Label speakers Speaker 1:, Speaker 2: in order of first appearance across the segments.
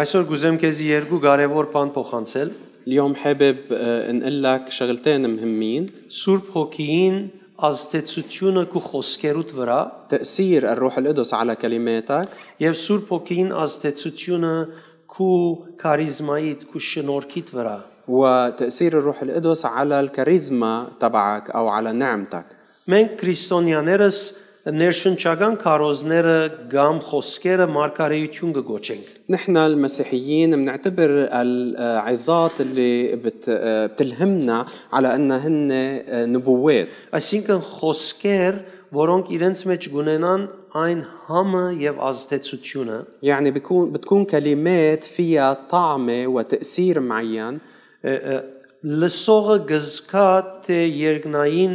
Speaker 1: Այսօր գուզեմ քեզի երկու կարևոր բան փոխանցել։
Speaker 2: اليوم حابب آه، نقول لك شغلتين مهمين
Speaker 1: Սուրբ Հոգին ազդեցությունը քո խոսքերուդ վրա
Speaker 2: تأثير الروح القدس على كلماتك
Speaker 1: եւ Սուրբ Հոգին ազդեցությունը քո քարիզմայիդ, քո շնորհքիդ վրա։
Speaker 2: وتأثير الروح القدس على الكاريزما تبعك أو على نعمتك
Speaker 1: Մենք քրիստոնյաներս ներշնչական քարոզները կամ խոսքերը մարգարեություն կգոչենք։
Speaker 2: نحن المسيحيين بنعتبر العظات اللي بت- آه، بتلهمنا على انها هن آه، نبوات
Speaker 1: Այսինքն խոսքեր, որոնք իրենց մեջ գունենան այն համը եւ ազդեցությունը,
Speaker 2: يعني بيكون بتكون كلمات فيها طعمة وتأثير معين
Speaker 1: ը, ը, լսողը գզկա թե երկնային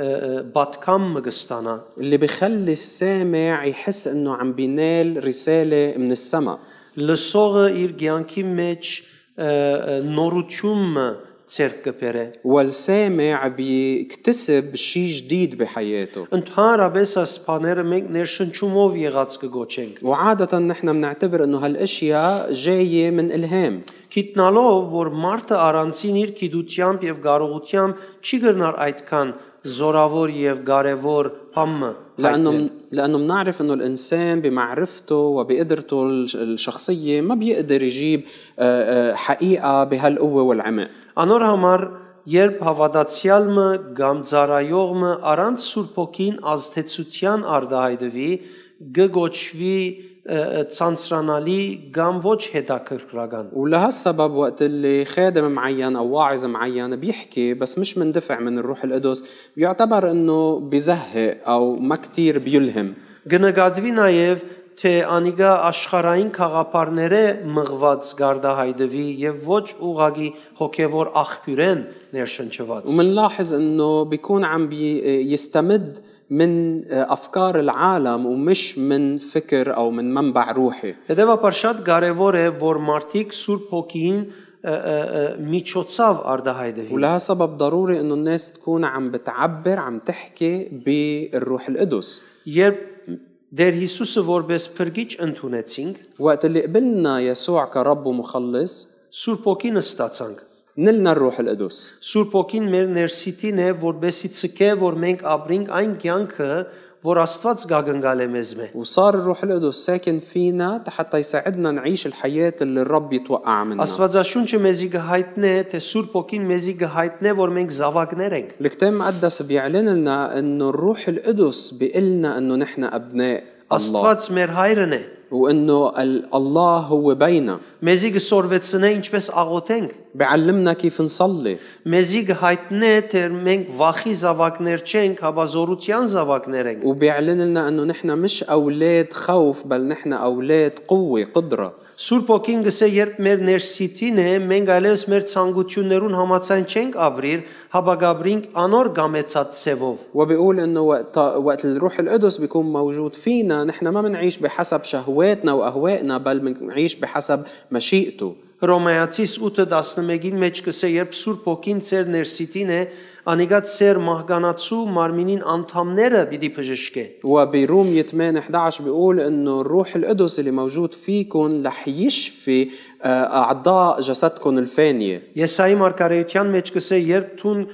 Speaker 1: ը, ը, պատկամ մը կստանա։
Speaker 2: اللي بخلي السامع يحس انه عم بينال رسالة من السماء
Speaker 1: Լսողը իր ցանկի մեջ ը, ը, նորությունը ցերկ կբերե։
Speaker 2: والسامع بيكتسب شيء جديد بحياته
Speaker 1: Ընդհանրապես ասփաները մենք ներշնչումով եղած կգոչենք։
Speaker 2: وعادة نحن بنعتبر انه هالاشياء جاية من الهام
Speaker 1: Գիտնալով, որ մարդը առանցին իր գիտությամբ եւ կարողությամբ չի գրնար այդքան զորավոր եւ կարեւոր համը։
Speaker 2: لانه من... لانه بنعرف انه الانسان بمعرفته وبقدرته الش- الشخصيه ما بيقدر يجيب آه، آه، حقيقه بهالقوه والعمق
Speaker 1: Անոր համար երբ հավատացյալը կամ ծարայողը առանց Սուրբ Հոգին ազդեցության արդահայտվի, գգոչվի ը, ը, ցանցրանալի կամ ոչ հետաքրքրական։
Speaker 2: ولهالسبب وقت اللي خادم معين او واعظ معين بيحكي بس مش مندفع من الروح القدس بيعتبر انه بزهق او ما كتير بيلهم
Speaker 1: Գնկադվի նաև թե անիկա աշխարհային խաղապարները մղված գարդահայտվի եւ ոչ ուղագի հոգեվոր աղբյուրեն ներշնչված։
Speaker 2: ومنلاحظ انه بيكون عم بي يستمد من افكار العالم ومش من فكر او من منبع روحي
Speaker 1: Հետևաբար շատ կարեւոր է, որ մարդիկ Սուրբ Հոգին ը, ը, ը, միջոցով արդահայտվի։
Speaker 2: ولهالسبب ضروري انه الناس تكون عم بتعبر عم تحكي بالروح القدس
Speaker 1: Երբ Տեր Հիսուսը որպես փրկիչ ընդունեցինք,
Speaker 2: وقت اللي قبلنا يسوع كرب ومخلص
Speaker 1: Սուրբ Օքինը ստացանք։
Speaker 2: نلنا الروح القدس
Speaker 1: Սուրբ Օքին մեր ներսիտին է, որբեսի ցկե, որ մենք ապրենք այն կյանքը, որ Աստված գագնգալ է մեզ մե։
Speaker 2: وصار الروح القدس ساكن فينا حتى يساعدنا نعيش الحياة اللي الرب يتوقع منها
Speaker 1: Աստվածաշունչը մեզի գհայտնե, թե Սուրբ Օքին մեզի գհայտնե, որ մենք զավակներ ենք։
Speaker 2: الكتاب المقدس بيعلن لنا انه الروح القدس بيقلنا انه نحن ابناء الله
Speaker 1: Աստված մեր հայրն է։
Speaker 2: وانه ال- الله هو بينا
Speaker 1: Մեզի գսորվեցնե ինչպես աղոթենք։
Speaker 2: بيعلمنا كيف نصلي
Speaker 1: Մեզի գհայտնե, թե մենք վախի զավակներ չենք, հավազորության զավակներ ենք։
Speaker 2: وبيعلن لنا انه نحن مش اولاد خوف بل نحن اولاد قوه قدره
Speaker 1: Սուրբ ոգին գսե երբ մեր ներսիտին է, մենք այլևս մեր ցանկություններուն համաձայն չենք ապրիր, հաբագաբրինք անոր գամեցած ցևով։
Speaker 2: وبيقول انه وقت وقت الروح القدس بيكون موجود فينا نحن ما بنعيش بحسب شهواتنا واهوائنا بل بنعيش بحسب مشيئته
Speaker 1: Հռոմեացիս 8:11-ին մեջ գսե երբ Սուրբ ոգին ծեր ներսիտին է, անիգած ծեր մահկանացու մարմինին անդամները պիտի բժշկե։
Speaker 2: وبرومية 8 11 بيقول انه الروح القدس اللي موجود فيكم رح يشفي آه، اعضاء جسدكم الفانيه
Speaker 1: Եսայի մարգարեության մեջ գսե երբ ցուն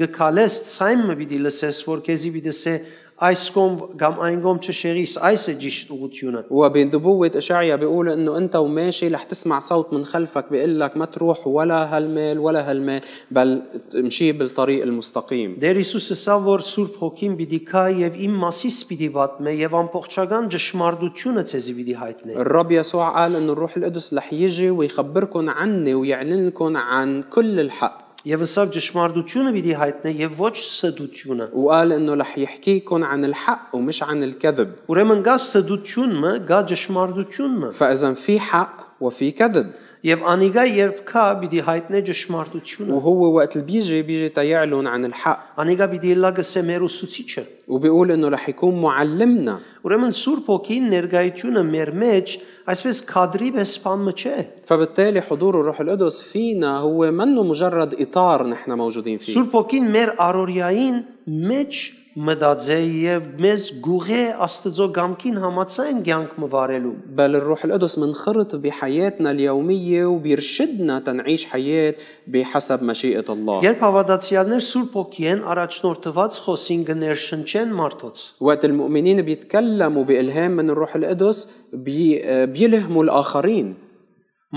Speaker 1: գկալես ցայմը պիտի լսես, որ քեզի պիտի սե այս կողմ կամ այն կողմ չշեղիս, այս է ճիշտ ուղությունը։
Speaker 2: وبنبوة إشعيا بيقول إنه أنت وماشي رح تسمع صوت من خلفك بيقول لك ما تروح ولا هالمال ولا هالمال بل تمشي بالطريق المستقيم
Speaker 1: Դեր Հիսուսը սա որ Սուրբ Հոգին պիտի քա եւ իմ մասիս պիտի պատմե եւ ամբողջական ճշմարտությունը ցեզի պիտի հայտնե։
Speaker 2: الرب يسوع قال إنه الروح القدس رح يجي ويخبركم عني ويعلن لكم عن كل الحق
Speaker 1: Եվ սա ճշմարտությունը պիտի հայտնե եւ ոչ սդությունը։
Speaker 2: وقال إنه رح يحكيكم عن الحق ومش عن الكذب
Speaker 1: Ուրեմն գա սդությունը, գա ճշմարտությունը
Speaker 2: فإذا في حق وفي كذب
Speaker 1: եւ անիգա երբ քա պիտի հայտնե ճշմարտությունը։
Speaker 2: وهو وقت اللي بيجي بيجي تيعلن عن الحق
Speaker 1: Անիգա պիտի լագսե մեր ուսուցիչը։
Speaker 2: وبيقول إنه رح يكون معلمنا
Speaker 1: Ուրեմն Սուրբ Հոգին ներկայությունը մեր մեջ այսպես քադրի բեսփանը չէ։
Speaker 2: فبالتالي حضور الروح القدس فينا هو منه مجرد اطار نحن موجودين فيه
Speaker 1: Սուրբ Հոգին մեր առօրյային մեջ մտածե եւ մեզ գուղե Աստծո գամքին համացան կյանք մվարելու։
Speaker 2: بل الروح القدس منخرط بحياتنا اليومية وبيرشدنا تنعيش حياة بحسب مشيئة الله
Speaker 1: Երբ հավատացյալներ Սուրբ Օքիեն առաջնորդված խոսին գներշնչեն մարդոց։
Speaker 2: وقت المؤمنين بيتكلموا بإلهام من الروح القدس بي آه، بيلهموا الآخرين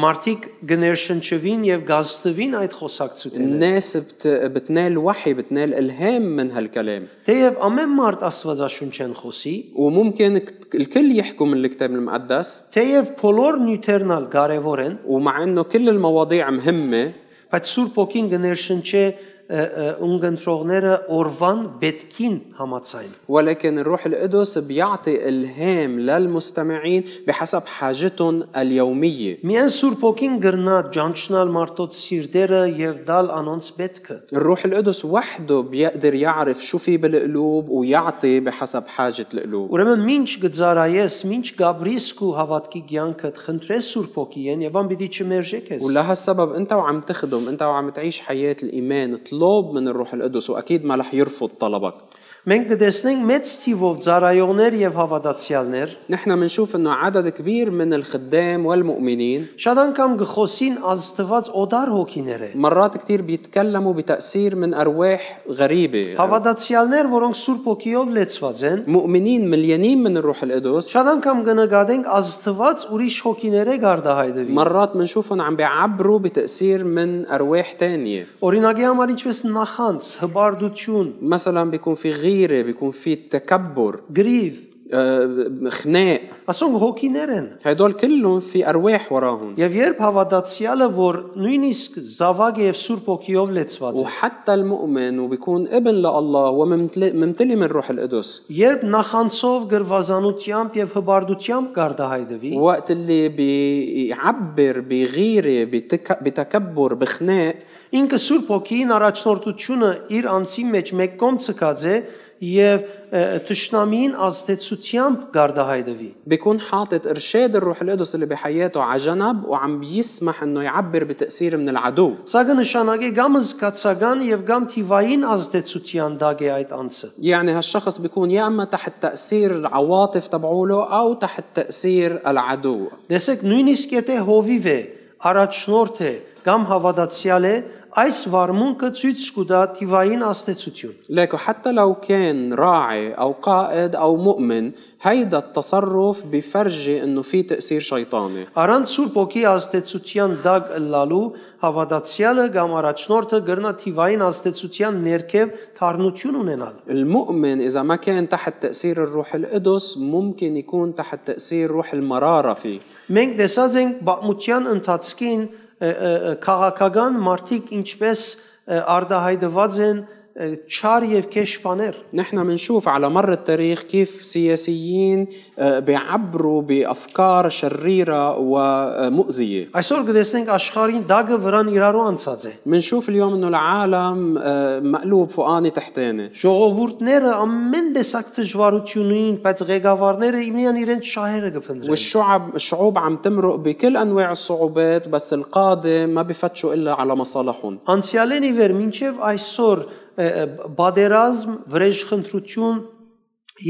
Speaker 1: Մարդիկ գներշնչվին եւ գազստվին այդ խոսակցությունը։
Speaker 2: الناس بت... بتنال وحي بتنال إلهام من هالكلام
Speaker 1: Թեև ամեն մարդ Աստվածաշունչեն խոսի,
Speaker 2: وممكن كت- الكل يحكوا من الكتاب المقدس
Speaker 1: թեև բոլոր նյութերն ալ կարևոր են,
Speaker 2: ومع انه كل المواضيع مهمه
Speaker 1: բայց Սուրբ Օքին գներշնչե ը, ը, ունգընտրողները օրվան բետքին համացայն։
Speaker 2: ولكن الروح القدس بيعطي الهام للمستمعين بحسب حاجتهم اليوميه
Speaker 1: Միայն Սուրբ Օքին գրնա ճանչնալ մարդոց սիրտերը եւ դալ անոնց բետքը։
Speaker 2: الروح القدس وحده بيقدر يعرف شو في بالقلوب ويعطي بحسب حاجه القلوب
Speaker 1: Ուրեմն ինչ գծարայես, ինչ գաբրիս քու հավատքի ցանկդ խնդրես Սուրբ Օքիեն եւ ան պիտի չմերժեքես։
Speaker 2: ولهالسبب انت وعم تخدم انت وعم تعيش حياه الايمان طلب من الروح القدس واكيد ما رح يرفض طلبك
Speaker 1: Մենք կտեսնենք մեծ թիվով ծարայողներ եւ հավատացյալներ
Speaker 2: نحن منشوف انه عدد كبير من الخدام والمؤمنين
Speaker 1: շատ անգամ գխոսին աստված օդար հոգիներ է։
Speaker 2: مرات كتير بيتكلموا بتأثير من أرواح غريبة
Speaker 1: Հավատացյալներ, որոնք Սուրբ Օքիով լեցված են,
Speaker 2: مؤمنين مليانين من الروح القدس
Speaker 1: շատ անգամ կնկատենք աստված ուրիշ հոգիներ է գարդահայտվի։
Speaker 2: مرات منشوفهم عم بيعبروا بتأثير من أرواح تانية
Speaker 1: Օրինակի համար ինչպես նախանց, հբարդություն,
Speaker 2: مثلا بيكون في غيرة بيكون في تكبر
Speaker 1: գրիվ,
Speaker 2: آه، خناق
Speaker 1: ասոնք հոգիներ են։
Speaker 2: هدول كلهم في أرواح وراهم
Speaker 1: Եվ երբ հավատացյալը, որ նույնիսկ զավակ է եւ Սուրբ Օքիով լեցված է,
Speaker 2: وحتى المؤمن وبيكون ابن لله وممتلئ ممتلئ من الروح القدس
Speaker 1: Երբ նախանցով գրվազանությամբ եւ հբարդությամբ կարդահայտվի,
Speaker 2: وقت اللي بيعبر بغيرة بتك- بتكبر بخناق
Speaker 1: ինքը Սուրբ Օքին առաջնորդությունը իր անձի մեջ մեկ կողմ ցկած է եւ ը, թշնամին ազդեցությամբ կարդահայտվի։
Speaker 2: بيكون حاطط ارشاد الروح القدس اللي بحياته على جنب وعم بيسمح انه يعبر بتاثير من العدو
Speaker 1: Սա կնշանակի կամ զգացական եւ կամ թիվային ազդեցության դակ է այդ անձը։
Speaker 2: يعني هالشخص بيكون يا اما تحت تاثير العواطف تبعوله او تحت تاثير العدو
Speaker 1: Տեսեք, նույնիսկ եթե հովիվ է, առաջնորդ է կամ հավատացյալ է, այս վարմունքը ցույց կտա թիվային ազդեցություն։
Speaker 2: لكن حتى لو كان راعي او قائد او مؤمن هيدا التصرف بفرجي انه في تاثير شيطاني
Speaker 1: Առանց Սուրբ Օքի ազդեցության դակ լալու հավատացյալը կամ առաջնորդը գրնա թիվային ազդեցության ներքև թարնություն ունենալ։
Speaker 2: المؤمن اذا ما كان تحت تاثير الروح القدس ممكن يكون تحت تاثير روح المراره فيه
Speaker 1: Մենք տեսած ենք բամության ընթացքին ը, ը, ը, քաղաքական մարդիկ ինչպես ը, արդահայտված են ը, չար եւ քեշպաներ։
Speaker 2: نحن بنشوف على مر التاريخ كيف سياسيين آه، بيعبروا بافكار شريره ومؤذيه
Speaker 1: Այսօր կտեսնենք աշխարհին դագը վրան իրարու անցած է։
Speaker 2: بنشوف اليوم انه العالم آه، مقلوب فوقاني تحتاني
Speaker 1: Ժողովուրդները ամեն տեսակ դժվարությունին, բայց ղեկավարները իմիան իրենց շահերը կփնտրեն։
Speaker 2: والشعب الشعوب عم تمرق بكل انواع الصعوبات بس القاده ما بفتشوا الا على مصالحهم
Speaker 1: Անցյալենի վեր մինչև այսօր ը, ը, բادرազմ, վրեժխնդրություն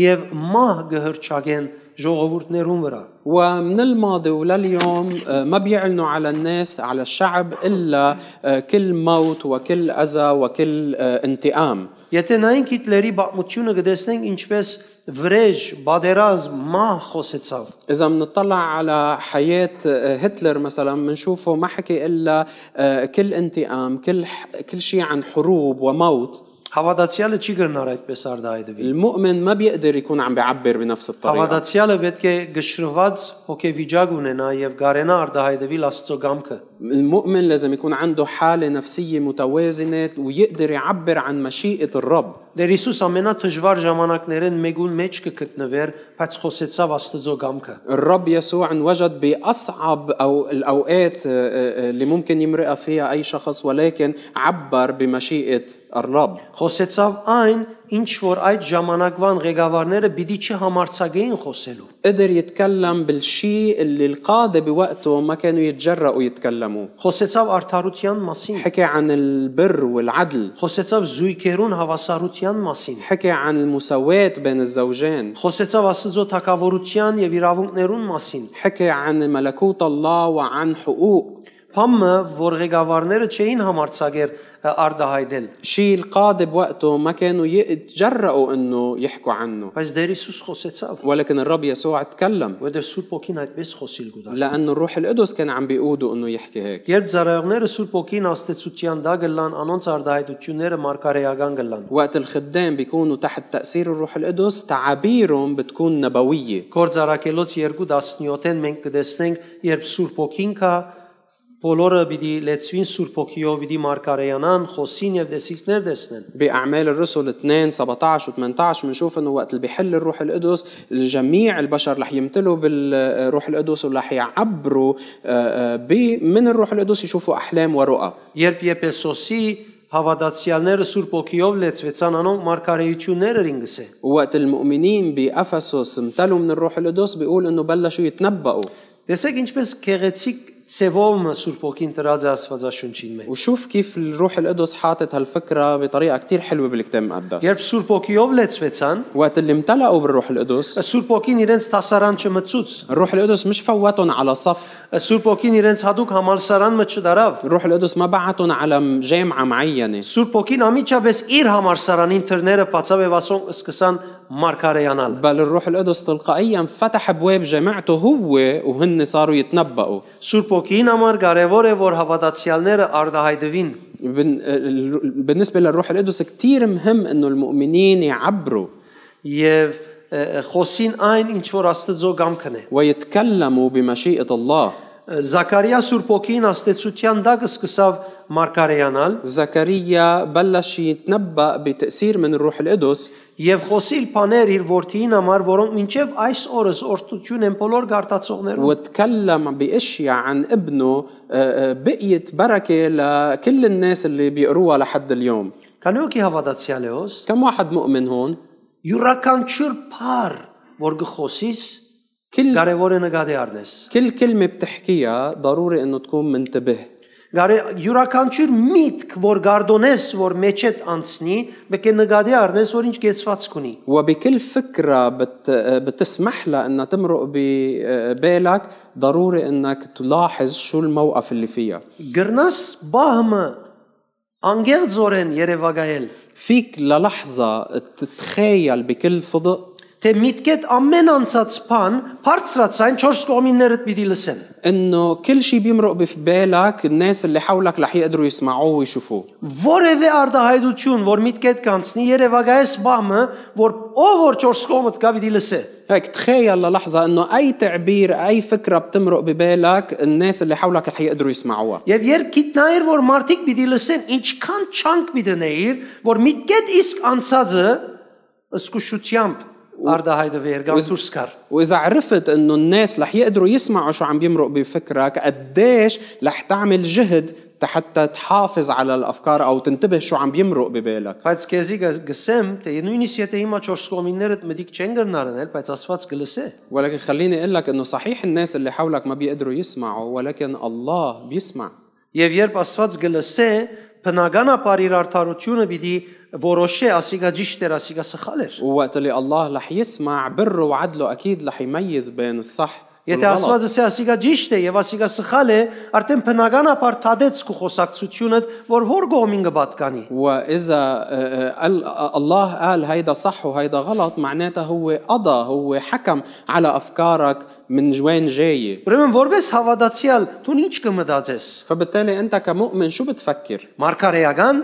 Speaker 1: եւ մահ գհրճագեն ժողովուրդներուն վրա։
Speaker 2: ومن الماضي ولليوم آه، ما بيعلنوا على الناس على الشعب الا آه، كل موت وكل اذى وكل آه، انتقام
Speaker 1: Եթե նայենք Հիտլերի բացմությունը գտեսնենք ինչպես վրեժ, բادرազմ, մահ խոսեցավ։
Speaker 2: إذا بنطلع على حياة آه، هتلر مثلا بنشوفه ما حكي إلا آه، كل انتقام كل ح- كل شيء عن حروب وموت
Speaker 1: Հավատացյալը չի գրնար այդպես արդահայտվի։
Speaker 2: المؤمن ما بيقدر يكون عم بيعبر بنفس الطريقة
Speaker 1: Հավատացյալը պետք է գշրված հոգեվիճակ ունենա եւ գարենա արդահայտվի Աստծո գամքը։
Speaker 2: المؤمن لازم يكون عنده حالة نفسية متوازنة ويقدر يعبر عن مشيئة الرب
Speaker 1: Դեր Հիսուս ամենաթժվար ժամանակներեն մեգուն մեջ կգտնվեր, բայց խոսեցավ Աստծո գամքը։
Speaker 2: الرب يسوع انوجد بأصعب أو الأوقات آه، آه، آه، اللي ممكن يمرق فيها أي شخص ولكن عبر بمشيئة الرب
Speaker 1: Խոսեցավ այն, ինչ որ այդ ժամանակվան ղեկավարները պիտի չհամարցակեին խոսելու։
Speaker 2: قدر يتكلم بالشيء اللي القادة بوقته ما كانوا يتجرأوا يتكلموا
Speaker 1: Խոսեցավ արդարության մասին,
Speaker 2: حكى عن البر والعدل
Speaker 1: խոսեցավ զույգերուն հավասարության մասին,
Speaker 2: حكى عن المساواة بين الزوجين
Speaker 1: խոսեցավ Աստծո թակավորության եւ իրավունքներուն մասին։
Speaker 2: حكى عن ملكوت الله وعن حقوق
Speaker 1: Փամը, որ ղեկավարները չէին համարցակեր արդահայտել,
Speaker 2: شيء القادة بوقته ما كانوا يتجرأوا انه يحكوا عنه
Speaker 1: բայց Դեր Հիսուս խոսեցավ,
Speaker 2: ولكن الرب يسوع تكلم
Speaker 1: որտեղ Սուրբ Օքին այդպես խոսիլ գուտա։
Speaker 2: لانه الروح القدس كان عم بيقوده انه يحكي هيك
Speaker 1: Երբ ծառայողները Սուրբ Օքին աստեցության դա գլան, անոնց արդահայտությունները մարգարեական գլան։
Speaker 2: وقت الخدام بيكونوا تحت تأثير الروح القدس تعابيرهم بتكون نبوية
Speaker 1: Գործարակելոց 2:17-ին մենք կտեսնենք, երբ Սուրբ Օքին կա, բոլորը պիտի լեցվին Սուրբ Օքիով, պիտի մարգարեանան, խոսին եւ դեսիլքներ դեսնեն։
Speaker 2: بأعمال الرسل 2 17 و 18 بنشوف انه وقت اللي بيحل الروح القدس جميع البشر رح يمتلوا بالروح القدس ورح يعبروا آه، آه، ب- من الروح القدس يشوفوا احلام ورؤى
Speaker 1: Երբ Եփեսոսի հավատացյալները Սուրբ Օքիով լեցվեցան, անոնք մարգարեություններ ինգսե։
Speaker 2: وقت المؤمنين بأفسس امتلوا من الروح القدس بيقول انه بلشوا يتنبؤوا
Speaker 1: Տեսեք ինչպես քեղեցիկ ծևով Սուրբ Օքին տրած է Աստվածաշունչին մեջ։
Speaker 2: وشوف كيف الروح القدس حاطط هالفكرة بطريقة كتير حلوة بالكتاب المقدس
Speaker 1: Երբ Սուրբ Օքիով լեցվեցան,
Speaker 2: وقت اللي امتلأوا بالروح القدس
Speaker 1: Սուրբ Օքին իրենց տասարան չմծուց։
Speaker 2: الروح القدس مش فوتهم على صف
Speaker 1: Սուրբ ոգին իրենց հadoop համալսարան մը չդարավ։
Speaker 2: الروح القدس ما بعتهم على جامعة معينة
Speaker 1: Սուրբ ոգին ամիջապես իր համալսարանին թրները բացավ եւ ասոն սկսան մարգարեանալ։
Speaker 2: بل الروح القدس تلقائيا فتح ابواب جامعته هو وهن صاروا يتنبؤوا
Speaker 1: Սուրբ ոգին համար կարեւոր է որ հավատացյալները արդահայտվին։
Speaker 2: بن- ال- بالنسبه للروح القدس كثير مهم انه المؤمنين يعبروا
Speaker 1: եւ ը, խոսին այն ինչ որ Աստծո կամքն է։
Speaker 2: ويتكلموا بمشيئه الله
Speaker 1: Զաքարիա Սուրբ ոգին աստեցության դակը սկսավ մարգարեանալ
Speaker 2: زكريا بلش يتنبأ بتأثير من الروح القدس
Speaker 1: եւ խոսիլ բաներ իր որդին համար, որոնք մինչեւ այս օրս օրտություն են բոլոր գարտացողներում։
Speaker 2: وتكلم بأشياء عن ابنه آه، آه، بقيت بركة لكل الناس اللي بيقروها لحد اليوم
Speaker 1: Քանի օքի հավատացյալեոս
Speaker 2: كم واحد مؤمن هون؟
Speaker 1: յուրաքանչյուր բար, որ գխոսիս,
Speaker 2: كل
Speaker 1: կարևոր է նկատի առնես։
Speaker 2: كل كلمة بتحكيها ضروري انه تكون منتبه
Speaker 1: Գարե յուրաքանչյուր միտք, որ գարդոնես, որ մեջդ անցնի, մեկ է նկատի առնես, որ ինչ կեցվածք ունի։
Speaker 2: وبكل فكرة بت آه، بتسمح لها انها تمرق ببالك ضروري انك تلاحظ شو الموقف اللي فيها
Speaker 1: Գրնաս բահմը անգերձորեն Երևանայել,
Speaker 2: فيك للحظة تتخيل بكل صدق
Speaker 1: թե միտքդ ամեն անցած բան բարձրաց այն 4 կողմիններդ պիտի լսեն,
Speaker 2: انه كل شيء بيمرق ببالك الناس اللي حولك رح يقدروا يسمعوه ويشوفوه
Speaker 1: որևէ արդահայտություն, որ միտքդ կանցնի Երևանայես բահմը, որ ով որ 4 կողմդ կա պիտի լսե։
Speaker 2: هيك تخيل للحظة انه اي تعبير اي فكرة بتمرق ببالك الناس اللي حولك رح يقدروا يسمعوها
Speaker 1: Եվ երբ գիտնայր որ մարդիկ պիտի լսեն, ինչքան չանք մի դնեիր, որ մի կետ իսկ անցածը սկսուշությամբ արդահայտը վերգանցուրս կար։
Speaker 2: وإذا عرفت إنه الناس رح يقدروا يسمعوا شو عم بيمرق بفكرك قديش رح تعمل جهد حتى تحافظ على الأفكار أو تنتبه شو عم بيمرق ببالك
Speaker 1: Բայց քեզի գս- գսեմ, թե նույնիսկ եթե հիմա 4 կոմիններդ մտիկ չեն գրնարնել, բայց Աստված կլսե։
Speaker 2: ولكن خليني أقول لك إنه صحيح الناس اللي حولك ما بيقدروا يسمعوا ولكن الله بيسمع
Speaker 1: Եվ երբ Աստված գլսե, բնականաբար իր արդարությունը պիտի որոշե, ասիկա ճիշտ էր, ասիկա սխալ էր։
Speaker 2: ووقت اللي الله رح يسمع بره وعدله أكيد رح يميز بين الصح
Speaker 1: Եթե
Speaker 2: والغلط
Speaker 1: Աստվածը ասի ասիկա ճիշտ է եւ ասիկա սխալ է, արդեն բնականաբար թադեց քո խոսակցությունը, որ որ գոմին կպատկանի։
Speaker 2: وإذا آه، آه، قال- آه، الله قال هيدا صح وهيدا غلط معناتها هو قضى هو حكم على أفكارك من وين جاية
Speaker 1: Ուրեմն որպես հավատացյալ դու ինչ կմտածես։
Speaker 2: فبالتالي أنت كمؤمن شو بتفكر؟
Speaker 1: Մարգարեական,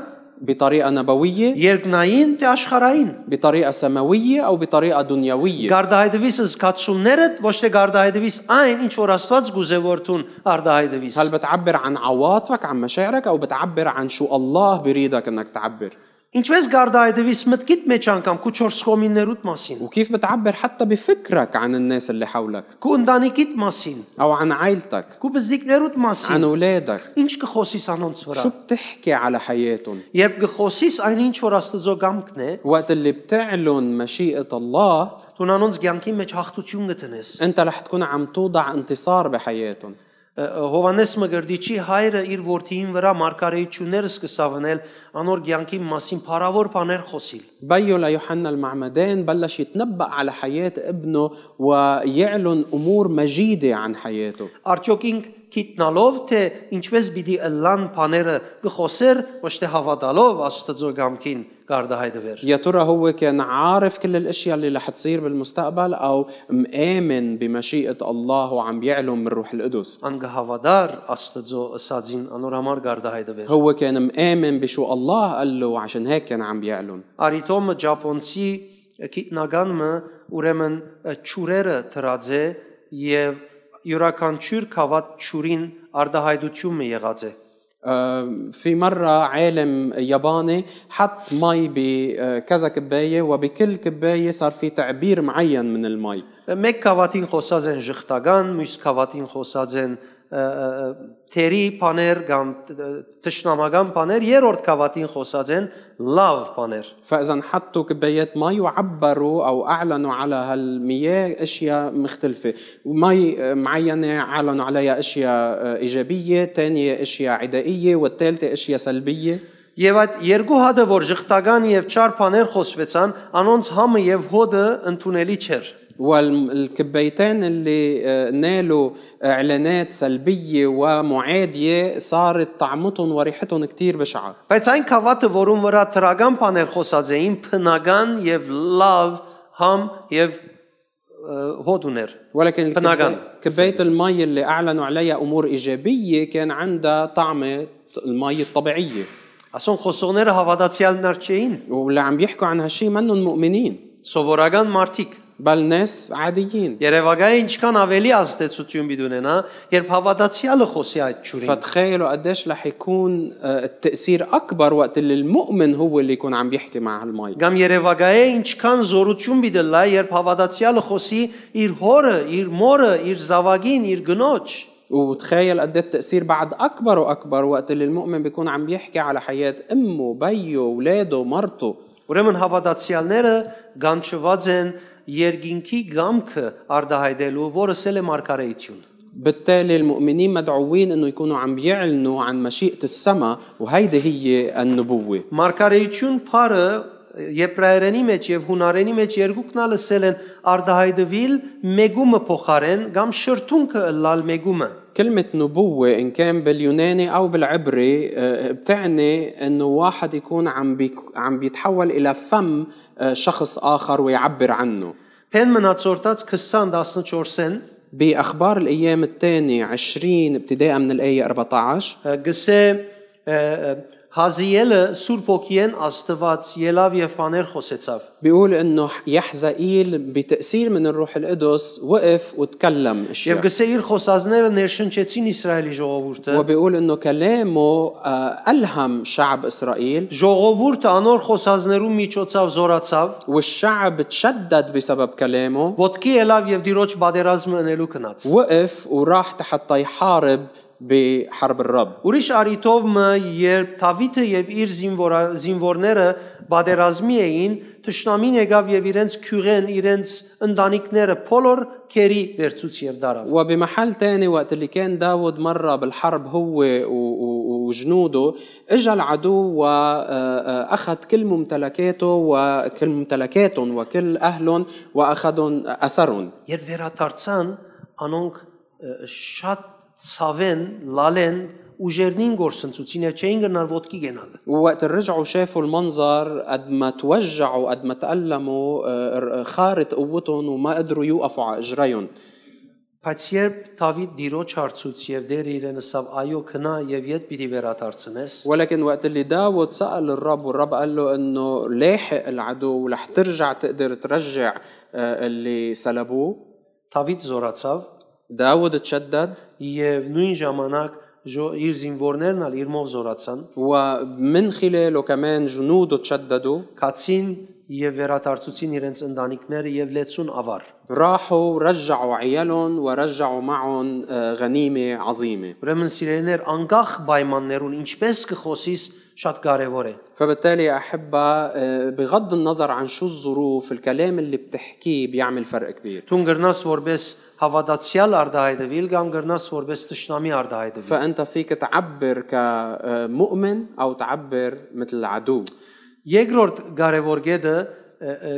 Speaker 2: بطريقة نبوية؟
Speaker 1: երկնային թե աշխարհային։
Speaker 2: بطريقة سماوية أو بطريقة دنيوية؟
Speaker 1: Գարդահայտվիս զգացումներդ ոչ թե գարդահայտվիս այն, ինչ որ Աստված գուզե որթուն արդահայտվիս։
Speaker 2: هل بتعبر عن عواطفك عن مشاعرك أو بتعبر عن شو الله بريدك أنك تعبر؟
Speaker 1: Ինչպես Գարդայդևիս մտքիդ մեջ անգամ քու 4 խոմիներուտ մասին,
Speaker 2: وكيف بتعبر حتى بفكرك عن الناس اللي حولك
Speaker 1: քու ընտանիքիդ մասին,
Speaker 2: او عن عائلتك
Speaker 1: քու բզիկներուտ
Speaker 2: عن
Speaker 1: մասին,
Speaker 2: اولادك
Speaker 1: ինչ կխոսիս անոնց վրա։
Speaker 2: شو بتحكي على حياتهم
Speaker 1: Երբ կխոսիս այն ինչ որ Աստծո կամքն է,
Speaker 2: وقت اللي بتعلن مشيئة الله
Speaker 1: դու անոնց ցանկի մեջ հաղթություն գտնես։
Speaker 2: انت رح تكون عم توضع انتصار بحياتهم
Speaker 1: Հովանես Մգրդիչի հայրը իր որդիին վրա մարգարեությունները սկսավ անել անոր ցանկի մասին փառավոր բաներ խոսիլ։
Speaker 2: بيو ليوحنا المعمدان بلش يتنبأ على حياة ابنه ويعلن أمور مجيدة عن حياته
Speaker 1: Արդյոք ինք գիտնալով թե ինչպես պիտի ըլլան բաները գխոսեր, ոչ թե հավատալով Աստծո ցանկին կարդահայտվեր։
Speaker 2: يا ترى هو كان عارف كل الاشياء اللي رح تصير بالمستقبل او مآمن بمشيئة الله وعم يعلم من روح القدس
Speaker 1: Անգահավատար Աստծո ըսածին անոր համար կարդահայտվեր։
Speaker 2: هو كان مآمن بشو الله قال له عشان هيك كان عم يعلن
Speaker 1: Արիտոմը Ճապոնցի գիտնականը ուրեմն ճուրերը դրաձե եւ յուրաքանչյուր խավատ ճուրին արդահայտությունը եղած է։
Speaker 2: آه، في مرة عالم ياباني حط مي بكذا كباية وبكل كباية صار في تعبير معين من المي
Speaker 1: Մեկ խավատին խոսած են ժխտական, մյուս խավատին խոսած են ը, ը, ը, թերի բաներ կամ տ- տշնամական բաներ, երրորդ խավատին խոսած են լավ բաներ։
Speaker 2: فإذا حطوا كبايات مي وعبروا أو أعلنوا على هالمياه أشياء مختلفة مي آه، معينة أعلنوا عليها أشياء آه، إيجابية تانية أشياء عدائية والثالثة أشياء سلبية
Speaker 1: Եվ այդ երկու հատը, որ ժխտական եւ չար բաներ խոսվեցան, անոնց համը եւ հոդը ընդունելի չէր։
Speaker 2: والكبايتين اللي آه، نالوا إعلانات سلبية ومعادية صارت طعمتهم وريحتهم كتير بشعة
Speaker 1: Բայց այն խավատը, որում վրա թրական բաներ խոսած էին, փնական եւ լավ համ եւ ը, հոդ ուներ։
Speaker 2: ولكن
Speaker 1: بناغان.
Speaker 2: الكب- كباية المي اللي أعلنوا عليها أمور إيجابية كان عندها طعمة المي الطبيعية
Speaker 1: Ասոն խոսողները հավատացյալներ չէին,
Speaker 2: واللي عم بيحكوا عن هالشي منهم مؤمنين
Speaker 1: սովորական մարդիկ։
Speaker 2: بل ناس عاديين
Speaker 1: Երևակայը ինչքան ավելի ազդեցություն պիտի ունենա, երբ հավատացյալը խոսի այդ ճուրին։
Speaker 2: فتخيلوا قديش رح يكون آه، التأثير أكبر وقت اللي المؤمن هو اللي يكون عم بيحكي مع هالمي
Speaker 1: Կամ Երևակայը ինչքան զորություն պիտի լա, երբ հավատացյալը խոսի իր հորը, իր մորը, իր զավակին, իր գնոջ։
Speaker 2: وتخيل قد التأثير بعد أكبر وأكبر وقت اللي المؤمن بيكون عم بيحكي على حياة أمه بيه ولاده مرته
Speaker 1: Ուրեմն հավատացյալները գանչված են երկինքի գամքը արդահայտելու, որը սել է մարգարեություն։
Speaker 2: بالتالي المؤمنين مدعوين انه يكونوا عم يعلنوا عن مشيئة السماء وهيدي هي النبوة
Speaker 1: Մարգարեություն փարը Եբրայերենի մեջ եւ հունարենի մեջ երկուքն ալսել են արդահայտվել մեգումը փոխարեն կամ շրթունքը լալ մեգումը։
Speaker 2: كلمة نبوة إن كان باليوناني أو بالعبري آه، بتعني إنه واحد يكون عم بيك عم بيتحول إلى فم آه، شخص آخر ويعبر عنه
Speaker 1: Փեն մնացորդած 20:14-ն
Speaker 2: بأخبار الأيام الثانية 20 ابتداء من الآية 14
Speaker 1: գսե ը, ը, Հազիելը Սուրբ ոգիեն Աստված ելավ եւ բաներ խոսեցավ։
Speaker 2: بيقول إنه يحزائيل بتأثير من الروح القدس وقف وتكلم
Speaker 1: Եվ
Speaker 2: أشياء
Speaker 1: գսե իր խոսածները ներշնչեցին Իսրայելի ժողովուրդը։
Speaker 2: وبيقول انه كلامه آه، الهم شعب اسرائيل
Speaker 1: Ժողովուրդը անոր խոսածներու միջոցով զորացավ,
Speaker 2: والشعب تشدد بسبب كلامه
Speaker 1: ոտքի ելավ եւ դիրոջ բادرազմը անելու կնաց։
Speaker 2: وقف وراح حتى يحارب بحرب الرب
Speaker 1: Ուրիշ արիտով մը երբ Դավիթը եւ իր զինվորա- զինվորները բادرազմի էին, ճշնամին եկավ եւ իրենց քյուղեն, իրենց ընտանիքները փոլոր քերի վերցուց եւ դարավ։
Speaker 2: وبمحل تاني وقت اللي كان داود مرة بالحرب هو و- و- وجنوده اجى العدو واخذ كل ممتلكاته وكل ممتلكاتهم وكل اهلهم واخذهم اسرهم
Speaker 1: Երբ վերադարձան, անոնք ը, շատ ցավեն, լալեն ուժերնին գործընծուցին է չէին գնար ոդկի գնալ։
Speaker 2: ووقت رجعوا شافوا المنظر قد ما توجعوا قد ما تألموا آه، خارت قوتهم وما قدروا يوقفوا على اجريهم
Speaker 1: Բայց երբ Դավիթ դիրոջ հարցուց եւ դեր իրեն ասավ, այո, քնա եւ յետ պիտի վերադարձնես,
Speaker 2: ولكن وقت اللي داود سأل الرب والرب قال له انه لاحق العدو ورح ترجع تقدر ترجع آه، اللي سلبوه
Speaker 1: Դավիթ զորացավ
Speaker 2: داود تشدد
Speaker 1: եւ նույն ժամանակ ժո- իր զինվորներն ալ իրմով զորացան,
Speaker 2: ومن خلاله كمان جنوده تشددوا
Speaker 1: կացին եւ վերադարձուցին իրենց ընտանիքները եւ 60 ավար։
Speaker 2: راحوا ورجعوا عيالهم ورجعوا معهم آه، غنيمة عظيمة
Speaker 1: Ուրեմն սիրելիներ, անկախ պայմաններուն ինչպես կխոսիս շատ կարեւոր է։
Speaker 2: فبالتالي يا أحبة آه، بغض النظر عن شو الظروف الكلام اللي بتحكيه بيعمل فرق كبير
Speaker 1: Դու գրնաս որպես հավատացյալ արդահայտվել կամ գրնաս որպես ճշնամի արդահայտվել։
Speaker 2: فأنت فيك تعبر كمؤمن أو تعبر مثل العدو
Speaker 1: Երկրորդ կարևոր գեդը ը, ը,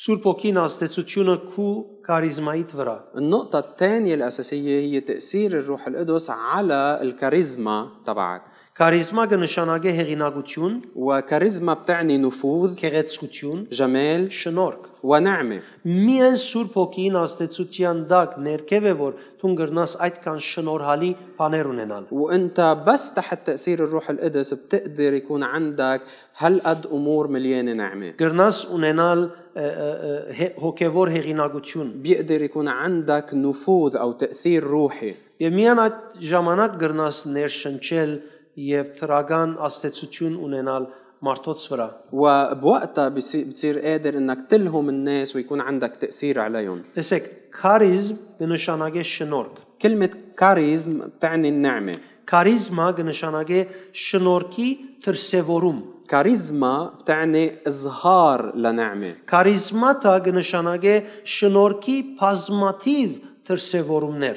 Speaker 1: Սուրբ ոգին աստեցությունը քու քարիզմայիդ վրա։
Speaker 2: النقطة الثانية الأساسية هي تأثير الروح القدس على الكاريزما تبعك
Speaker 1: Քարիզմա կնշանակե հեղինակություն,
Speaker 2: وكاريزما بتعني نفوذ
Speaker 1: քեղեցկություն,
Speaker 2: جمال
Speaker 1: շնորհք։
Speaker 2: ونعمة
Speaker 1: Միայն Սուրբ ոգին աստեցության դակ ներքև է որ դու գրնաս այդքան շնորհալի բաներ ունենալ։
Speaker 2: وانت بس تحت تاثير الروح القدس بتقدر يكون عندك هالقد امور مليانه نعمه
Speaker 1: Գրնաս ունենալ ը, ը, ը, հե- հոգևոր հեղինակություն։
Speaker 2: بيقدر يكون عندك نفوذ او تاثير روحي
Speaker 1: Եվ միայն այդ ժամանակ գրնաս ներշնչել եւ թրագան աստեցություն ունենալ մարդոց վրա։
Speaker 2: وبوقتها بصي- بتصير قادر انك تلهم الناس ويكون عندك تاثير عليهم
Speaker 1: Տեսեք, քարիզմ կնշանակե շնորհք։
Speaker 2: كلمه كاريزم بتعني النعمه
Speaker 1: Քարիզմա կնշանակե շնորհքի դրսևորում։
Speaker 2: كاريزما بتعني اظهار لنعمه
Speaker 1: Քարիզմատա կնշանակե շնորհքի բազմաթիվ դրսևորումներ։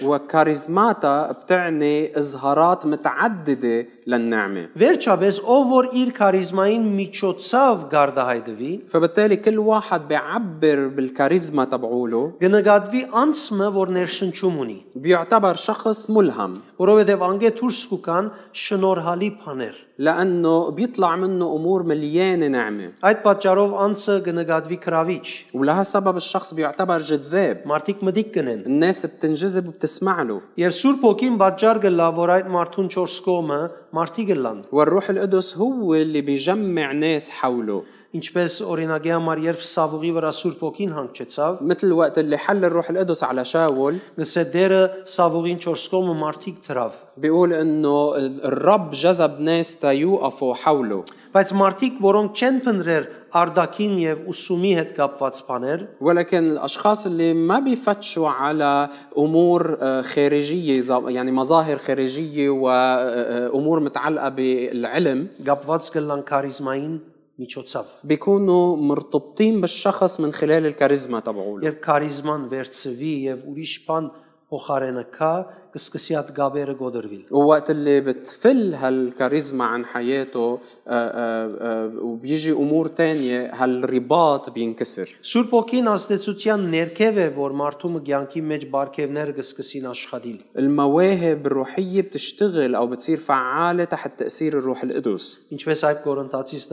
Speaker 2: وكاريزماتا بتعني اظهارات متعدده للنعمه
Speaker 1: Վերջապես, ով որ իր քարիզմային միջոցով գարդահայտվի,
Speaker 2: فبالتالي كل واحد بيعبر بالكاريزما تبعوله
Speaker 1: կնկատվի անցը, որ ներշնչում ունի,
Speaker 2: بيعتبر شخص ملهم
Speaker 1: որովհետև անգե դուրս կան շնորհալի բաներ։
Speaker 2: لانه بيطلع منه امور مليانه نعمه
Speaker 1: Այդ պատճառով անցը կնկատվի քրավիչ։
Speaker 2: ولهالسبب الشخص بيعتبر جذاب
Speaker 1: Մարդիկ մտիկ կնեն։
Speaker 2: الناس بتنجذب وبتسمع له
Speaker 1: Եվ Սուրբ ոգին պատճառ կլա, որ այդ մարդուն 4 կողմը մարդիկ լան։
Speaker 2: والروح القدس هو اللي بيجمع ناس حوله
Speaker 1: Ինչպես օրինակի համար երբ Սավուղի վրա Սուրբ ոգին հանգեցավ,
Speaker 2: مثل وقت اللي حل الروح القدس على شاول
Speaker 1: նսեդերը Սավուղին 4 կողմը մարդիկ դրավ։
Speaker 2: بيقول انه الرب جذب ناس تيوقفوا حوله
Speaker 1: Բայց մարդիկ, որոնք չեն փնրեր արդակին եւ ուսումի հետ կապված բաներ,
Speaker 2: ولكن الاشخاص اللي ما بيفتشوا على امور آه، خارجيه ز- يعني مظاهر آه، خارجيه وامور متعلقه بالعلم
Speaker 1: կապված կլան քարիզմային միջոցով։
Speaker 2: بيكونوا مرتبطين بالشخص من خلال الكاريزما تبعوله
Speaker 1: Երբ քարիզման վերծվի եւ ուրիշ բան փոխարենը կա, կսկսի այդ գաբերը գոդրվել։
Speaker 2: ووقت اللي بتفل هالكاريزما عن حياته آه، آه، آه، وبيجي امور تانية هالرباط بينكسر
Speaker 1: Սուրբ ոգին աստեցության ներքև է, որ մարդու մյանքի մեջ բարգևները կսկսին աշխատել։
Speaker 2: المواهب الروحيه بتشتغل او بتصير فعاله تحت تاثير الروح القدس
Speaker 1: Ինչպես այդ Կորինթացիս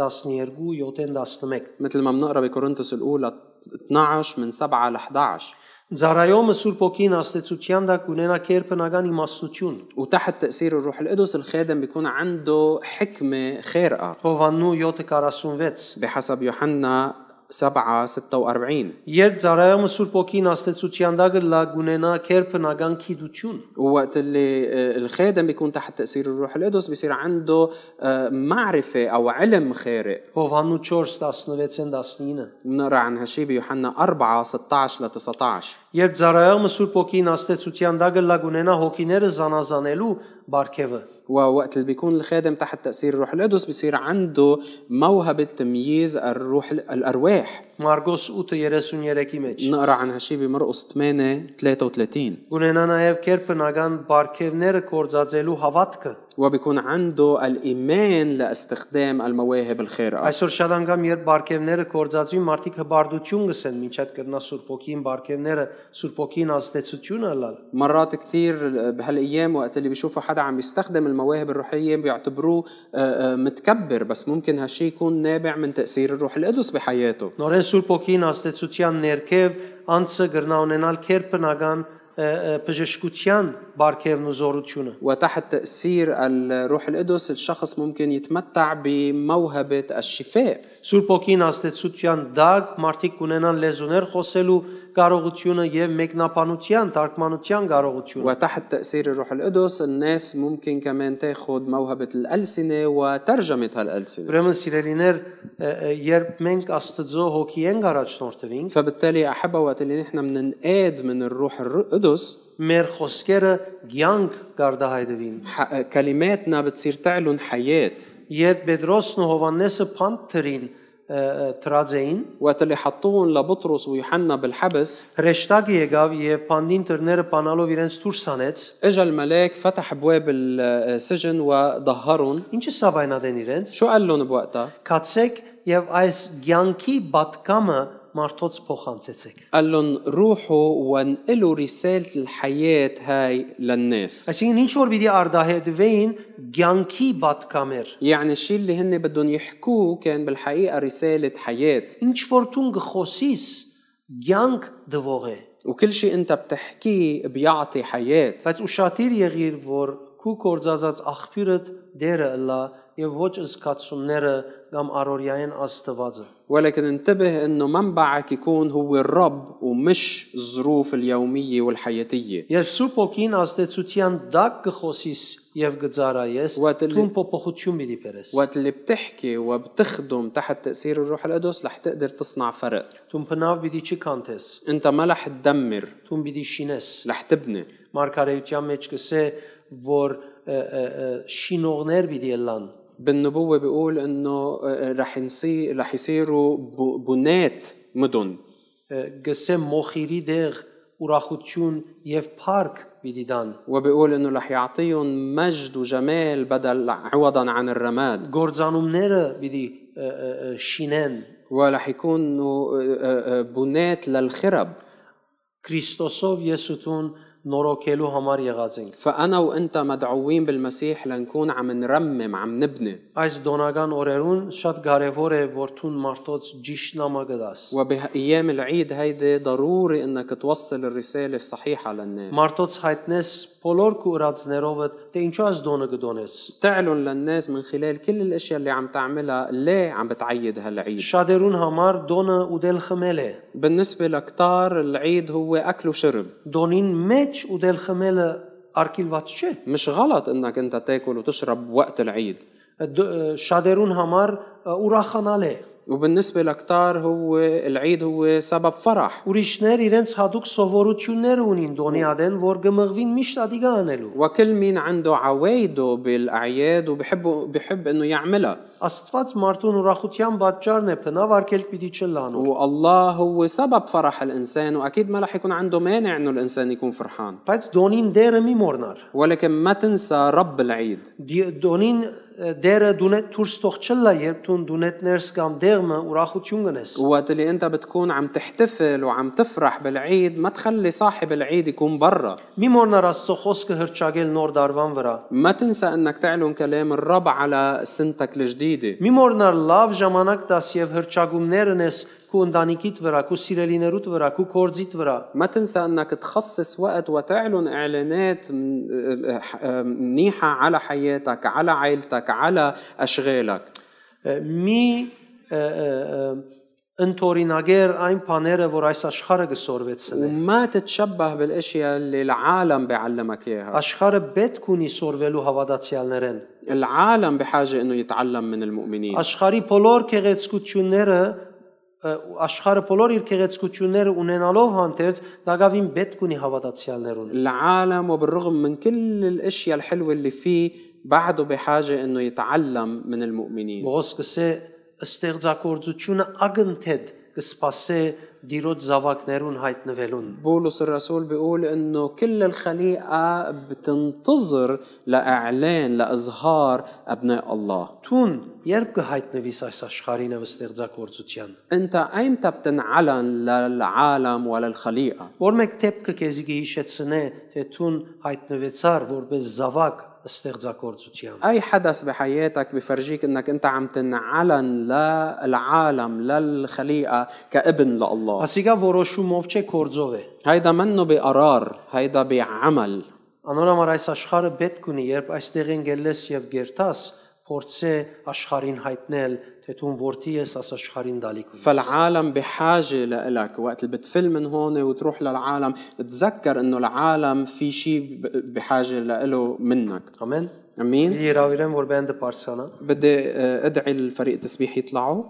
Speaker 1: 12:7-11։
Speaker 2: مثل ما بنقرا بكورنثوس الاولى 12 من 7 ل 11
Speaker 1: Զարայոմը Սուրբ ոգին աստեցության դակ ունենա կերպնական իմաստություն։
Speaker 2: وتحت تاثير الروح القدس الخادم بيكون عنده حكمه خارقه
Speaker 1: Հովաննու 7:46։
Speaker 2: بحسب يوحنا 7 46
Speaker 1: Երբ Զարայոմը Սուրբ ոգին աստեցության դակը լա գունենա կերպնական քիդություն։
Speaker 2: ووقت اللي آه، الخادم بيكون تحت تاثير الروح القدس بيصير عنده آه، معرفه او علم خارق
Speaker 1: Հովաննու 4:16-19։
Speaker 2: بنقرا عن هالشيء بيوحنا 4 16 ل 19
Speaker 1: Երբ Զարայոմը Սուրբ ոգին աստեցության դակը լա գունենա հոգիները զանազանելու բարգևը։
Speaker 2: ووقت اللي بيكون الخادم تحت تاثير الروح القدس بيصير عنده موهبه تمييز الروح الارواح
Speaker 1: Մարգոս 8:33-ի մեջ։
Speaker 2: نقرا عن هالشيء بمرقس 8 33
Speaker 1: Ունենա նաև կերպնական բարգևները կորցածելու հավատքը։
Speaker 2: وبيكون عنده الايمان لاستخدام المواهب الخارقه
Speaker 1: Այսօր շատ անգամ երբ բարգևները կորցածվի, մարդիկ հբարդություն գսեն, ոչ այդ կրնա Սուրբ ոգին բարգևները, Սուրբ ոգին ազդեցությունը լալ։
Speaker 2: مرات كثير بهالايام وقت اللي بيشوفوا حدا عم يستخدم المواهب الروحيه بيعتبروه آه، آه، متكبر بس ممكن هالشيء يكون نابع من تاثير الروح القدس بحياته
Speaker 1: Նորեն Սուրբ ոգին ազդեցության ներքև անցը կրնա ունենալ կերպնական ը, ը, բժշկության բարքևն ու զորությունը։
Speaker 2: وتحت تأثير الروح القدس الشخص ممكن يتمتع بموهبة الشفاء
Speaker 1: Սուրբ ոգին աստեցության դակ մարդիկ ունենան լեզուներ խոսելու կարողությունը եւ մեկնաբանության, թարգմանության կարողությունը։
Speaker 2: وتحت تأثير الروح القدس الناس ممكن كمان تاخد موهبة الألسنة وترجمة هالألسنة
Speaker 1: Ուրեմն սիրելիներ, ը, ը, երբ մենք Աստծո հոգի ենք առաջնորդվին,
Speaker 2: فبالتالي أحبة وقت اللي نحن مننقاد من الروح القدس
Speaker 1: մեր խոսքերը ցանկ գարդահայդվին։
Speaker 2: ح- كلماتنا بتصير تعلن حياة
Speaker 1: Երբ Պետրոսն ու Հովաննեսը փանթրին տրաձեին,
Speaker 2: وقت اللي حطوهم لبطرس ويوحنا بالحبس
Speaker 1: հրեշտակը եկավ եւ փանդին դռները բանալով իրենց դուրս անեց։
Speaker 2: اجا الملاك فتح بواب السجن وظهرهم
Speaker 1: Ինչը սավայնադեն իրենց։
Speaker 2: شو قال لهم بوقتها؟
Speaker 1: Կացեք եւ այս ցանկի բատկամը մարդոց փոխանցեցեք։
Speaker 2: قال لهم روحوا وانقلوا رسالة الحياة هاي للناس
Speaker 1: Այսինքն ինչ որ պիտի արդահետվեին ցանկի պատկամեր։
Speaker 2: يعني الشيء اللي هن بدهم يحكوه كان بالحقيقة رسالة حياة
Speaker 1: Ինչ որ ցուն գխոսիս ցանկ դվող է։
Speaker 2: وكل شيء انت بتحكيه بيعطي حياة
Speaker 1: Բայց ուշադիր եղիր, որ քու կորցածած աղբյուրդ դերը լա եւ ոչ զգացումները կամ առորյային աստվածը։
Speaker 2: ولكن انتبه انه منبعك يكون هو الرب ومش الظروف اليومية والحياتية
Speaker 1: Երբ Սուրբ ոգին աստեցության դակ գխոսիս եւ գծարայես,
Speaker 2: Ուատելի-
Speaker 1: ցուն փոփոխություն պիտի բերես։
Speaker 2: وقت اللي بتحكي وبتخدم تحت تأثير الروح القدس رح تقدر تصنع فرق
Speaker 1: Ցուն փնավ պիտի չքանթես,
Speaker 2: انت ما رح تدمر
Speaker 1: ցուն պիտի շինես։
Speaker 2: رح تبني
Speaker 1: Մարգարեության մեջ կսե, որ ը, ը, ը, շինողներ պիտի լան։
Speaker 2: بالنبوة بيقول انه آه، رح نصي رح يصيروا ب- بنات مدن
Speaker 1: ը, Գսե մոխիրի դեղ ուրախություն եւ փառք պիտի դան։
Speaker 2: وبيقول انه رح يعطيهم مجد وجمال بدل عوضا عن الرماد
Speaker 1: Գործանումները պիտի ը, ը, ը, շինեն
Speaker 2: ورح يكونوا آه، آه، آه، بنات للخرب
Speaker 1: Քրիստոսով Եսուտուն նորոգելու համար եղած ենք։
Speaker 2: فانا وانت مدعوين بالمسيح لنكون عم نرمم عم نبني
Speaker 1: Այս դոնական օրերուն շատ կարևոր է որ ցուն մարդոց ճիշտ նամակը դաս։
Speaker 2: وبايام العيد هيدي ضروري انك توصل الرساله الصحيحه للناس
Speaker 1: Մարդոց հայտնես բոլոր կուրածներովդ, թե ինչու աս դոնը կդոնես։
Speaker 2: تعلن للناس من خلال كل الاشياء اللي عم تعملها ليه عم بتعيد هالعيد
Speaker 1: Շադերուն համար դոնը ուդել խմել է։
Speaker 2: بالنسبة لكتار العيد هو أكل وشرب
Speaker 1: Դոնին մեջ ուդել խմելը արկիլված չէ։
Speaker 2: مش غلط انك انت تاكل وتشرب وقت العيد
Speaker 1: Դ- Շադերուն համար ուրախանալ է։
Speaker 2: وبالنسبة لكتار هو العيد هو سبب فرح
Speaker 1: Ուրիշներ իրենց հadoop սովորություններ ունին դոնի ադեն, որ գմղվին միշտ ադիգա անելու։
Speaker 2: وكل مين عنده عوايده بالأعياد وبحبه بحب انه يعملها
Speaker 1: Աստված մարդուն ուրախության պատճառն է, բնավ արկել պիտի չլանու։
Speaker 2: والله هو سبب فرح الإنسان وأكيد ما رح يكون عنده مانع انه الإنسان يكون فرحان
Speaker 1: Բայց դոնին դերը մի մորնար։
Speaker 2: ولكن ما تنسى رب العيد
Speaker 1: Դի- Դոնին ը, դերը դունե դուրս թող չլա, երբ դուն դունետ ներս կամ դեղը ուրախություն գնես։
Speaker 2: وقت اللي انت بتكون عم تحتفل وعم تفرح بالعيد ما تخلي صاحب العيد يكون برا
Speaker 1: Մի մորնար Աստծո խոսքը հրճագել նոր դարվան վրա։
Speaker 2: ما تنسى انك تعلن كلام الرب على سنتك الجديده
Speaker 1: Մի մորնար լավ ժամանակ դաս եւ հրճագումներն ես քու ընտանիքիդ վրա, քու սիրելիներուդ վրա, քու կորձիդ վրա։
Speaker 2: ما تنسى انك تخصص وقت وتعلن اعلانات م- آه، آه، منيحه على حياتك على عائلتك على اشغالك
Speaker 1: Ը, Մի ը, ը, ը, ընթորինագեր այն բաները, որ այս աշխարհը գսորվեցն է։
Speaker 2: وما تتشبه بالاشياء اللي العالم بيعلمك اياها
Speaker 1: Աշխարհը պետք ունի սորվելու հավատացյալներեն։
Speaker 2: العالم بحاجه انه يتعلم من المؤمنين
Speaker 1: Աշխարհի բոլոր քեղեցկությունները ը, աշխարհը բոլոր իր քեղեցկությունները ունենալով հանդերձ դակավին պետք ունի հավատացյալներուն։
Speaker 2: العالم وبالرغم من كل الاشياء الحلوه اللي فيه بعده بحاجه انه يتعلم من المؤمنين
Speaker 1: Մողոս կսե ստեղծագործությունը ագնթեդ կսպասե դիրոց զավակներուն հայտնվելուն։
Speaker 2: بولس الرسول بيقول انه كل الخليقه بتنتظر لاعلان لاظهار ابناء الله
Speaker 1: Տուն երբ կհայտնվիս այս աշխարհին եւ ստեղծագործության։
Speaker 2: انت ايمتى بتنعلن للعالم وللخليقه
Speaker 1: Որ մեկ տեպքը քեզի գիշեցնե, թե տուն հայտնվեցար որպես զավակ ստեղծագործության։
Speaker 2: اي حدث بحياتك بفرجيك انك انت عم تنعلن للعالم للخليقه كابن لله
Speaker 1: Ասիկա որոշումով չէ կորձով է։
Speaker 2: هيدا منه بقرار هيدا بعمل
Speaker 1: Անորոշ այս աշխարհը պետք ունի, երբ այստեղ ընկելես եւ գերտաս, փորձե աշխարհին հայտնել, թե դու որդի ես աս աշխարհին դալիք ունես։
Speaker 2: فالعالم بحاجة لإلك وقت اللي بتفل من هون وتروح للعالم تذكر انه العالم في شيء بحاجة لإله منك
Speaker 1: Ամեն։
Speaker 2: امين
Speaker 1: Իրավիրեմ որ բանդը բարձանա։
Speaker 2: بدي آه، ادعي الفريق التسبيح يطلعوا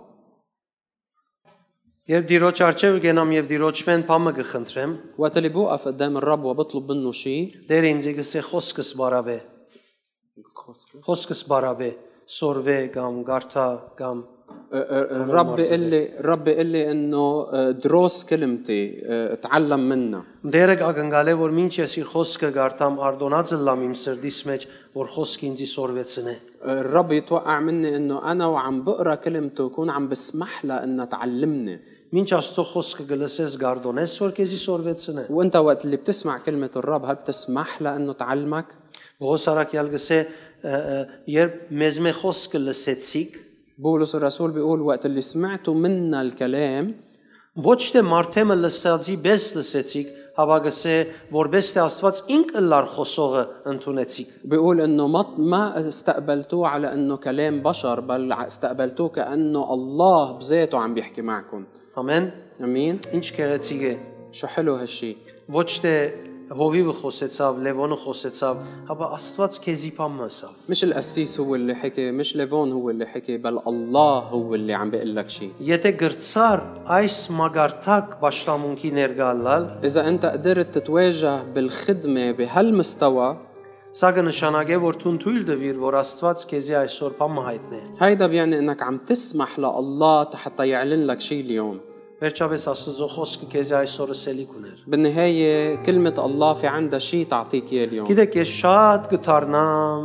Speaker 1: Երբ դիրոջ արջև գնամ եւ դիրոջ մեն փամը գխնդրեմ,
Speaker 2: وقت اللي بوقف قدام الرب وبطلب منه شيء
Speaker 1: դեր ինձ գսե խոսքս բարավե,
Speaker 2: آه،
Speaker 1: խոսքս բարավե, սորվե կամ գարթա կամ
Speaker 2: آه، الرب قال لي الرب قال لي انه آه، دروس كلمتي آه، اتعلم منها
Speaker 1: դերեկ ակնկալե որ ինչ ես իր խոսքը գարտամ արդոնածը լամ իմ սրդիս մեջ, որ խոսքը ինձի սորվեցնե։
Speaker 2: آه، الرب يتوقع مني انه انا وعم بقرا كلمته وكون عم بسمح لها انها تعلمني
Speaker 1: Մինչ Աստծո խոսքը գլսես գարդոնես, որ քեզի սորվեցնե։
Speaker 2: وانت وقت اللي بتسمع كلمه الرب هل بتسمح لها انه تعلمك
Speaker 1: Բողոս արաքյալ գսե, «Ը, ը, երբ մեզ մե խոսքը լսեցիք,
Speaker 2: بولس الرسول بيقول وقت اللي سمعتوا منا الكلام
Speaker 1: ոչ թե մարդեմը լսածի բես լսեցիք, հավագսե որբես թե Աստված ինքը լար խոսողը ընդունեցիք։
Speaker 2: بيقول انه ما ما استقبلتوه على انه كلام بشر بل استقبلتوه كانه الله بذاته عم بيحكي معكم
Speaker 1: Ամեն։
Speaker 2: امين
Speaker 1: Ինչ քեղեցիկ է։
Speaker 2: شو حلو هالشي
Speaker 1: Ոչ թե Հովիվը խոսեցավ, Լևոնը խոսեցավ, հապա Աստված քեզի փամասավ։
Speaker 2: مش القسيس هو اللي حكي مش ليفون هو اللي حكي بل الله هو اللي عم بيقول لك شيء
Speaker 1: Եթե գրծար այս մագարտակ աշտամունքի ներգալալ,
Speaker 2: اذا انت قدرت تتواجه بالخدمه بهالمستوى
Speaker 1: սա կնշանակե, որ դու թույլ տվիր, որ Աստված քեզի այսօր փամը հայտնի։
Speaker 2: هيدا بيعني انك عم تسمح لله حتى يعلن لك شيء اليوم
Speaker 1: Վերջապես Աստծո խոսքը քեզի այսօր սելիք ուներ։
Speaker 2: بالنهايه كلمه الله في عندها شيء تعطيك اياه اليوم
Speaker 1: Գիտեք, ես շատ գթարնամ,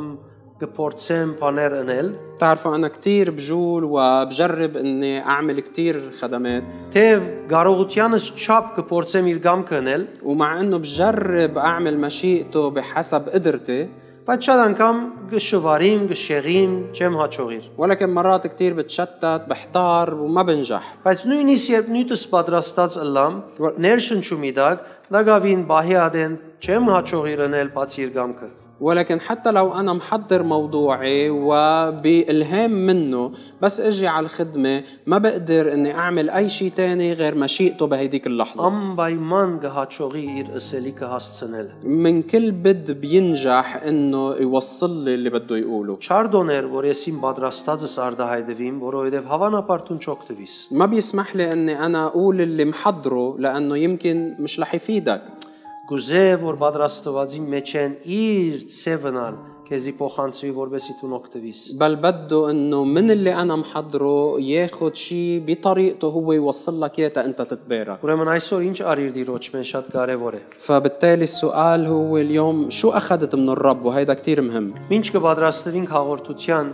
Speaker 1: կփորձեմ բաներ անել,
Speaker 2: بتعرفوا انا كثير بجول وبجرب اني اعمل كثير خدمات
Speaker 1: թե գարողությանս չափ կփորձեմ իր գամքը անել,
Speaker 2: ومع انه بجرب اعمل مشيئته بحسب قدرتي
Speaker 1: բայց շատ անգամ գշվարիմ, գշեղիմ, չեմ հաջողիր։
Speaker 2: ولكن مرات كثير بتشتت بحتار وما بنجح
Speaker 1: Բայց նույնիսկ երբ նույնս պատրաստած ըլլամ, ներշնչումի դակ, լագավին բահի ադեն չեմ հաջողիր անել բաց իր գամքը։
Speaker 2: ولكن حتى لو انا محضر موضوعي وبالهام منه بس اجي على الخدمه ما بقدر اني اعمل اي شيء تاني غير مشيئته بهديك اللحظه
Speaker 1: Անպայման կհաջողի իր ըսելիքը հասցնել։
Speaker 2: من كل بد بينجح انه يوصل لي اللي بده يقوله
Speaker 1: Չարդոներ, որ եսին պատրաստածս արդահայտվիմ, որովհետև հավանաբար դուն չօգտվիս։
Speaker 2: ما بيسمح لي اني انا اقول اللي محضره لانه يمكن مش رح يفيدك
Speaker 1: Գուզե որ պատրաստվածին մեջ են իր ծևնալ, քեզի փոխանցի որբեսի դու օգտվիս։
Speaker 2: بل بده انه من اللي انا محضره ياخد شيء بطريقته هو يوصل لك اياه تا انت تتبارك
Speaker 1: Ուրեմն այսօր ինչ արիր դիրոջ մեն շատ կարևոր է։
Speaker 2: فبالتالي السؤال هو اليوم شو أخذت من الرب وهيدا كتير مهم
Speaker 1: Ինչ կպատրաստվինք հաղորդության,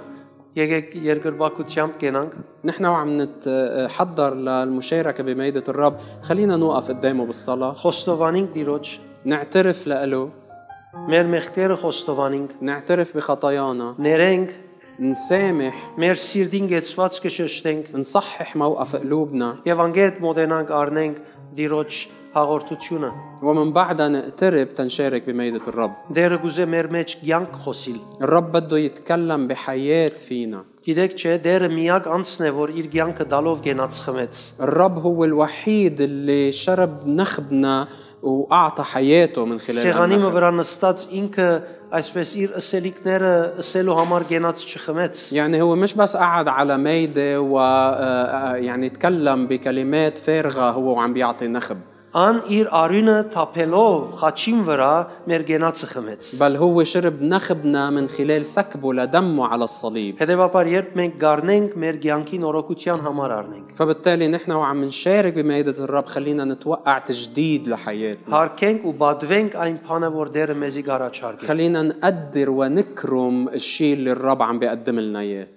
Speaker 1: եկեք երկրպագությամբ կենանք։
Speaker 2: نحن وعم نتحضر للمشاركة بميدة الرب خلينا نوقف قدامه بالصلاة
Speaker 1: Խոստովանինք դիրոջ,
Speaker 2: نعترف له
Speaker 1: մեր մեղքերը խոստովանինք,
Speaker 2: نعترف بخطايانا
Speaker 1: ներենք,
Speaker 2: نسامح
Speaker 1: մեր սիրտին գեցված կշշտենք
Speaker 2: نصحح موقف قلوبنا
Speaker 1: եւ անգետ մոտենանք առնենք դիրոջ հաղորդությունը։
Speaker 2: ومن بعدها نقترب تنشارك بميدة الرب
Speaker 1: Դերը գուզե մեր մեջ ցանկ խոսիլ։
Speaker 2: الرب بده يتكلم بحياة فينا
Speaker 1: Գիտեք չէ, դերը միակ անձն է, որ իր ցանկը դալով գենաց խմեց։
Speaker 2: الرب هو الوحيد اللي شرب نخبنا وأعطى حياته من خلال
Speaker 1: Սեղանի
Speaker 2: النخب.
Speaker 1: վրա նստած ինքը այսպես իր ըսելիքները ըսելու համար գենաց չխմեց։
Speaker 2: يعني هو مش بس قعد على ميدة و آه، آه، يعني تكلم بكلمات فارغة هو وعم بيعطي نخب
Speaker 1: Ան իր արյունը թափելով խաչին վրա մեր գենացը խմեց։
Speaker 2: بل هو شرب نخبنا من خلال سكبه لدمه على الصليب
Speaker 1: Հետևաբար երբ մենք գառնենք մեր ցանկի նորոգության համար առնենք։
Speaker 2: فبالتالي نحن وعم نشارك بمائدة الرب خلينا نتوقع تجديد لحياتنا
Speaker 1: Հարկենք ու բադվենք այն բանը, որ դերը մեզի գարաչարգել։
Speaker 2: خلينا نقدر ونكرم الشيء اللي الرب عم بيقدم لنا اياه